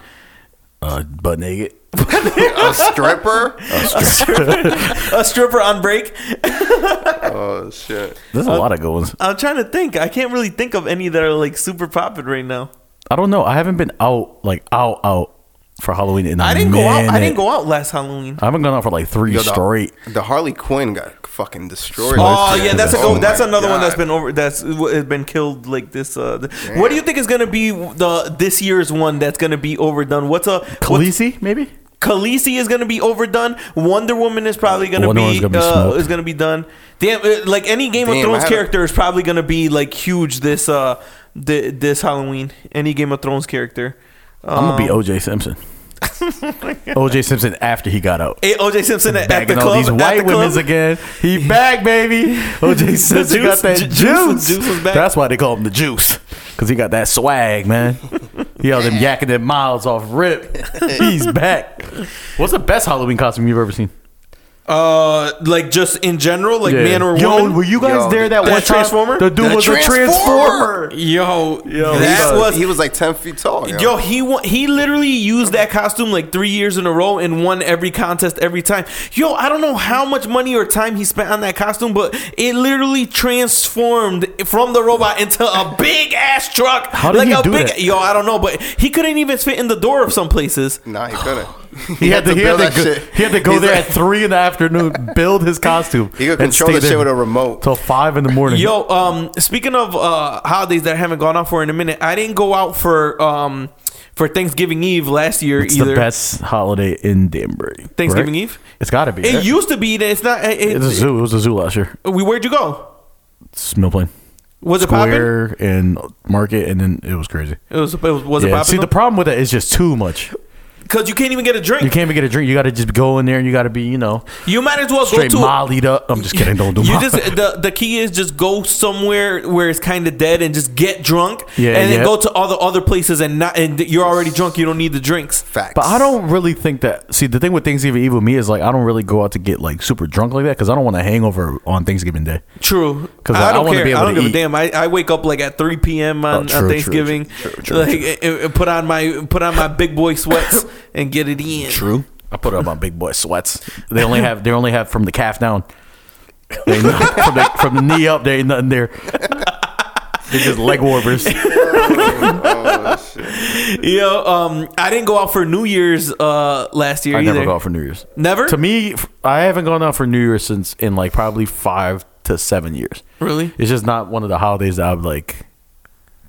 uh, butt naked.
A stripper.
a stripper on break.
Oh shit.
There's
Uh,
a lot of good ones.
I'm trying to think. I can't really think of any that are like super popular right now.
I don't know. I haven't been out like out out for Halloween in a
I didn't go out. I didn't
minute.
go out last Halloween.
I haven't gone out for like three
Yo, the,
straight.
The Harley Quinn got fucking destroyed.
Oh yeah, that's a,
Oh
oh, that's
my
another one that's
God.
been over. That's has been killed like this. Uh, th- what do you think is gonna be the this year's one that's gonna be overdone? What's a what's-
Khaleesi, maybe?
Khaleesi is gonna be overdone. Wonder Woman is probably gonna
Wonder
be,
Woman's gonna be
uh,
smoked.
is gonna be done. Damn, uh, like any Game
Damn,
of
I
Thrones
haven't-
character is probably gonna be like huge this uh th- this Halloween. Any Game of Thrones character.
I'm gonna be OJ Simpson. OJ Um, Simpson after he got out.
Hey, OJ Eh, Simpson at, at the
Bagging all
club.
these
at
white
the club.
women's again. He back, baby. OJ Simpson
juice-
got that
ju- juice-
juice.
juice was back.
That's why they call him the juice. Cause he got that swag, man. He all them yakking them miles off rip. He's back. What's the best Halloween costume you've ever seen?
Uh, like just in general, like
Yeah.
man or woman.
Yo, were you guys
Yo,
there that
that
one time?
Transformer?
The dude
The
was a
Transformer!
transformer.
Yo, yo,
That
that was
he was like ten feet tall. Yo,
Yo, he wa- he literally used that costume like three years in a row and won every contest every time. Yo, I don't know how much money or time he spent on that costume, but it literally transformed from the robot into a big ass truck.
How did
like
he
a
do
big,
that?
Yo, I don't know, but he couldn't even fit in the door of some places.
nah, he couldn't.
He, had, to, he, had
build
to
that
go,
shit.
he had to go
He's
there
like-
at three in the afternoon, build his costume.
He could
and
control
stay
the shit
there
with a remote.
till five in the morning.
Yo, um, speaking of uh, holidays that I haven't gone out for in a minute, I didn't go out for um for Thanksgiving Eve last year
it's
either.
the best holiday in Denver.
Thanksgiving
correct?
Eve?
It's got to be.
It used to be that it's not. It,
it's a zoo. It was a zoo last year.
we where'd you go?
It's Mill Plain
Was it popping?
Square and Market, and then it was crazy.
It was. It was, was it
Yeah.
popping?
See, the problem with that is just too much.
Because you can't even get a drink.
You
You,
can't even get a drink. You got to just go in there, and you got to be, you know,
might as well go
straight
to.
mollied up. I'm just kidding. Don't do
you
molly.
just uh, the the key is just go somewhere where it's kind of dead and just get drunk.
Yeah,
and then
yeah.
go to all the other places and not and you're already drunk. You don't need the drinks.
Facts.
But I don't really think that. See, the thing with Thanksgiving Eve with me is like I don't really go out to get like super drunk like that because I don't want a hangover on Thanksgiving Day.
True.
'Cause
I
I
don't
wanna
care.
be able
I don't
to
give a
eat.
damn. I, I wake up like at 3 p.m. on,
Oh, true,
on
true,
Thanksgiving.
true, true, true,
like uh, uh, put on my put on my big boy sweats and get it in.
True. I put up my big boy sweats. They only have they only have from the calf down. They ain't nothing- from, the, from the knee up, there ain't nothing there. They just leg warmers.
Oh, shit.
You know, um, I didn't go out for New Year's uh last year
I
either.
never go out for New Year's.
Never?
To me, f- I haven't gone out for New Year's since in like probably five to seven years.
Really?
It's just not one of the holidays that I'm like.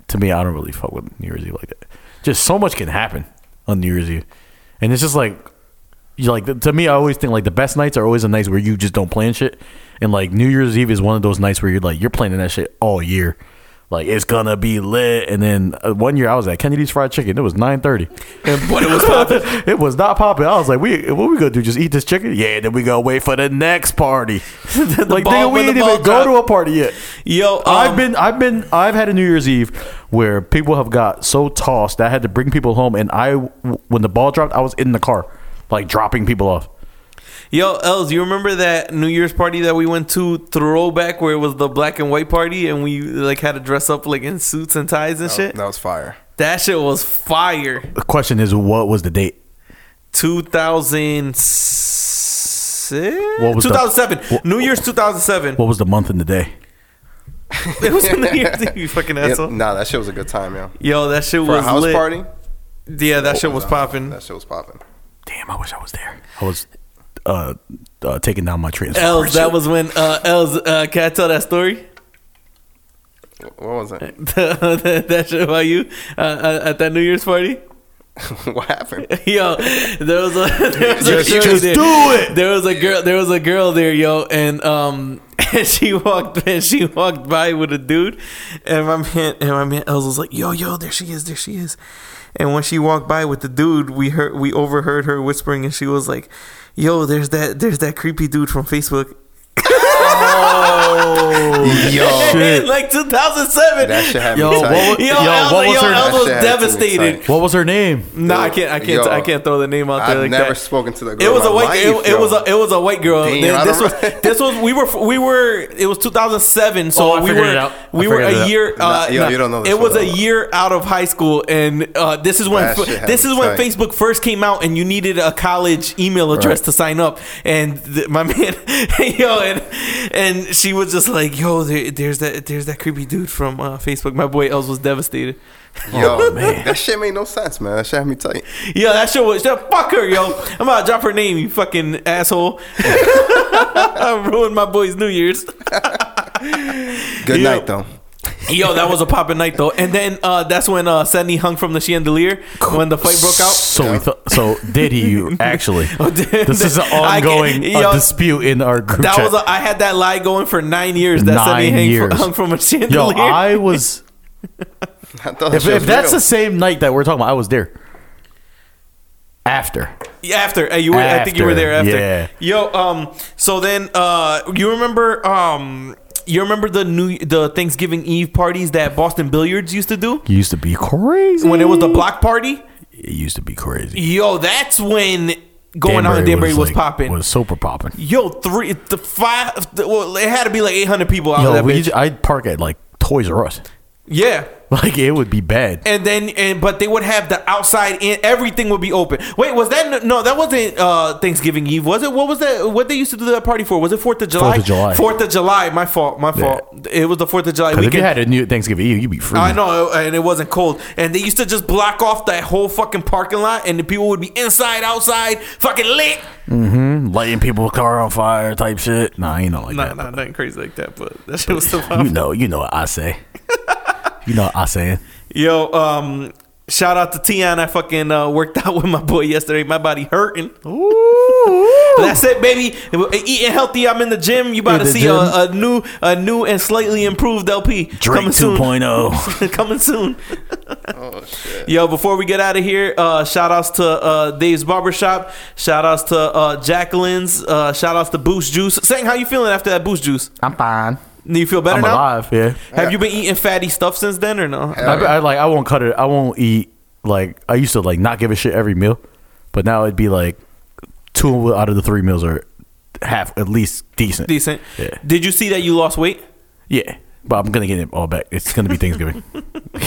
To me, I don't really fuck with New Year's Eve like that. Just so much can happen on New Year's Eve, and it's just like, you like to me, I always think like the best nights are always the nights where you just don't plan shit, and like New Year's Eve is one of those nights where you're like you're planning that shit all year. Like it's gonna be lit, and then uh, one year I was at Kennedy's Fried Chicken. It was nine thirty.
And- but it was popping.
it was not popping. I was like, "We what we gonna do? Just eat this chicken? Yeah. Then we gonna wait for the next party. like,
ball-
nigga, we
when the
didn't
ball
even
drop.
go to a party yet.
Yo, um,
I've been, I've been, I've had a New Year's Eve where people have got so tossed that I had to bring people home, and I, when the ball dropped, I was in the car, like dropping people off.
Yo, Els, you remember that New Year's party that we went to throwback where it was the black and white party and we like had to dress up like in suits and ties and shit?
That was fire.
That shit was fire.
The question is, what was the date?
2006?
What was the-
2007.
what-
New Year's 2007.
What was the month and the day?
it was New Year's Eve, you fucking
Yeah,
asshole.
nah, that shit was a good time, yo.
Yo, that shit
For a
was
house
lit.
party,
Yeah, that shit was
nah,
popping.
That shit was popping.
Damn, I wish I was there. I was uh, uh taking down my transfer.
Els, that was when uh, Els, uh, can I tell that story?
What was it?
that that shit about you uh, uh, at that New Year's party?
what happened?
Yo, there was a there was a
Just-
girl
just
there.
do it.
There was a girl. There was a girl there, yo, and um, and she walked and she walked by with a dude, and my man and my man Els was like, yo, yo, there she is, there she is, and when she walked by with the dude, we heard we overheard her whispering, and she was like, yo, there's that there's that creepy dude from Facebook.
Yo,
In like 2007.
Oh, that shit had
Yo,
me
what
tight.
was-
yo,
Yo,
Els,
what was
yo,
her-
Els
That
was
shit had me
devastated.
tight.
What was her name?
No, I can't. I can't.
Yo.
I can't throw the name out there
I've
like
never
that.
spoken to that girl.
It was
in
a
oh, my
white.
life,
it, it
yo.
was a. It was a white girl.
Damn,
Th-
I
this was.
don't-
This was. We were. We were. It was 2007. So
Oh, I
we
figured
were.
it out. I
We were
figured it
a
out.
year. Uh,
Nah, yo, you don't know this
It was
one,
a
though.
year out of high school, and uh, this is when.
That shit had
This
me
is when
tight.
Facebook first came out, and you needed a college email address to sign up. And th- my man, yo, and and she was just like, "Yo, there, there's that, there's that creepy dude from uh, Facebook." My boy Els was devastated.
Yo, that shit made no sense, man. That shit had me tight.
Yeah, that shit was that fuck her, yo. I'm about to drop her name, you fucking asshole. I ruined my boy's New Year's.
Good
Yo.
night, though.
Yo, that was a poppin' night though. And then uh, that's when uh, Sunny hung from the chandelier when the fight broke out.
So we thought. So did he actually?
Oh, did-
this is an
I can't-
ongoing uh,
yo,
dispute in our group
That
chat.
was a, I had that lie going for nine years. That Sunny
Nine
hung,
years.
hung from a
Yo,
chandelier.
I was.
I thought that
If,
shit
if
was
that's
real.
the same night that we're talking about, I was there. After
after uh, you were, I think you were
After,
there after.
yeah.
Yo, um, so then, uh, you remember, um, you remember the new the Thanksgiving Eve parties that Boston Billiards used to do
it used to be crazy.
when it was the block party.
it used to be crazy.
Yo, that's when going out in Danbury was,
like-
popping.
Was super popping.
Yo, three, the five, the, well, it had to be like eight hundred people out of
Yo,
that
we,
bitch.
ju- I'd park at like Toys R Us.
yeah.
Like it would be bad.
and then and but they would have the outside in everything would be open wait was that no that wasn't uh thanksgiving eve was it what was that what they used to do that party for was it fourth of july
4th of July.
fourth of july my fault my fault it was the fourth of july
Because if you
weekend
had a new Thanksgiving Eve, you'd be free.
I know, and it wasn't cold. And they used to just block off that whole fucking parking lot, and the people would be inside, outside, fucking lit.
Lighting people's car on fire type shit. Nah, you know like
Nah,
that.
nah, nothing crazy like that, but that shit was still
You know, you know what I say. you know what I saying.
Yo, um, shout out to Tion. I fucking uh, worked out with my boy yesterday. My body hurting. That's it, baby. Eating healthy. I'm in the gym. You about to
the
see a, a
gym.
new, a new and slightly improved LP
Drake oh. 2.0.
soon. coming soon.
Oh,
Yo, before we get out of here, uh, shout outs to uh, Dave's Barbershop. Shout outs to uh, Jacqueline's. Uh, shout outs to Boost Juice. Saying how you feeling after that Boost Juice?
I'm fine.
Do you feel better
I'm
now?
alive. Yeah.
Have you been eating fatty stuff since then or no?
I, I like. I won't cut it. I won't eat. Like I used to like not give a shit every meal, but now it'd be like two out of the three meals are half at least decent.
decent.
Yeah.
Did you see that you lost weight?
Yeah. But I'm gonna get it all back. It's gonna be Thanksgiving.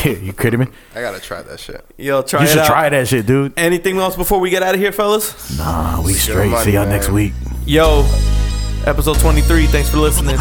you kidding me?
I gotta try that shit.
Yo, try
You should
out.
try that shit, dude.
Anything else before we get out of here, fellas?
Nah, we straight.
money,
See y'all
man.
next week.
Yo, episode 23. Thanks for listening.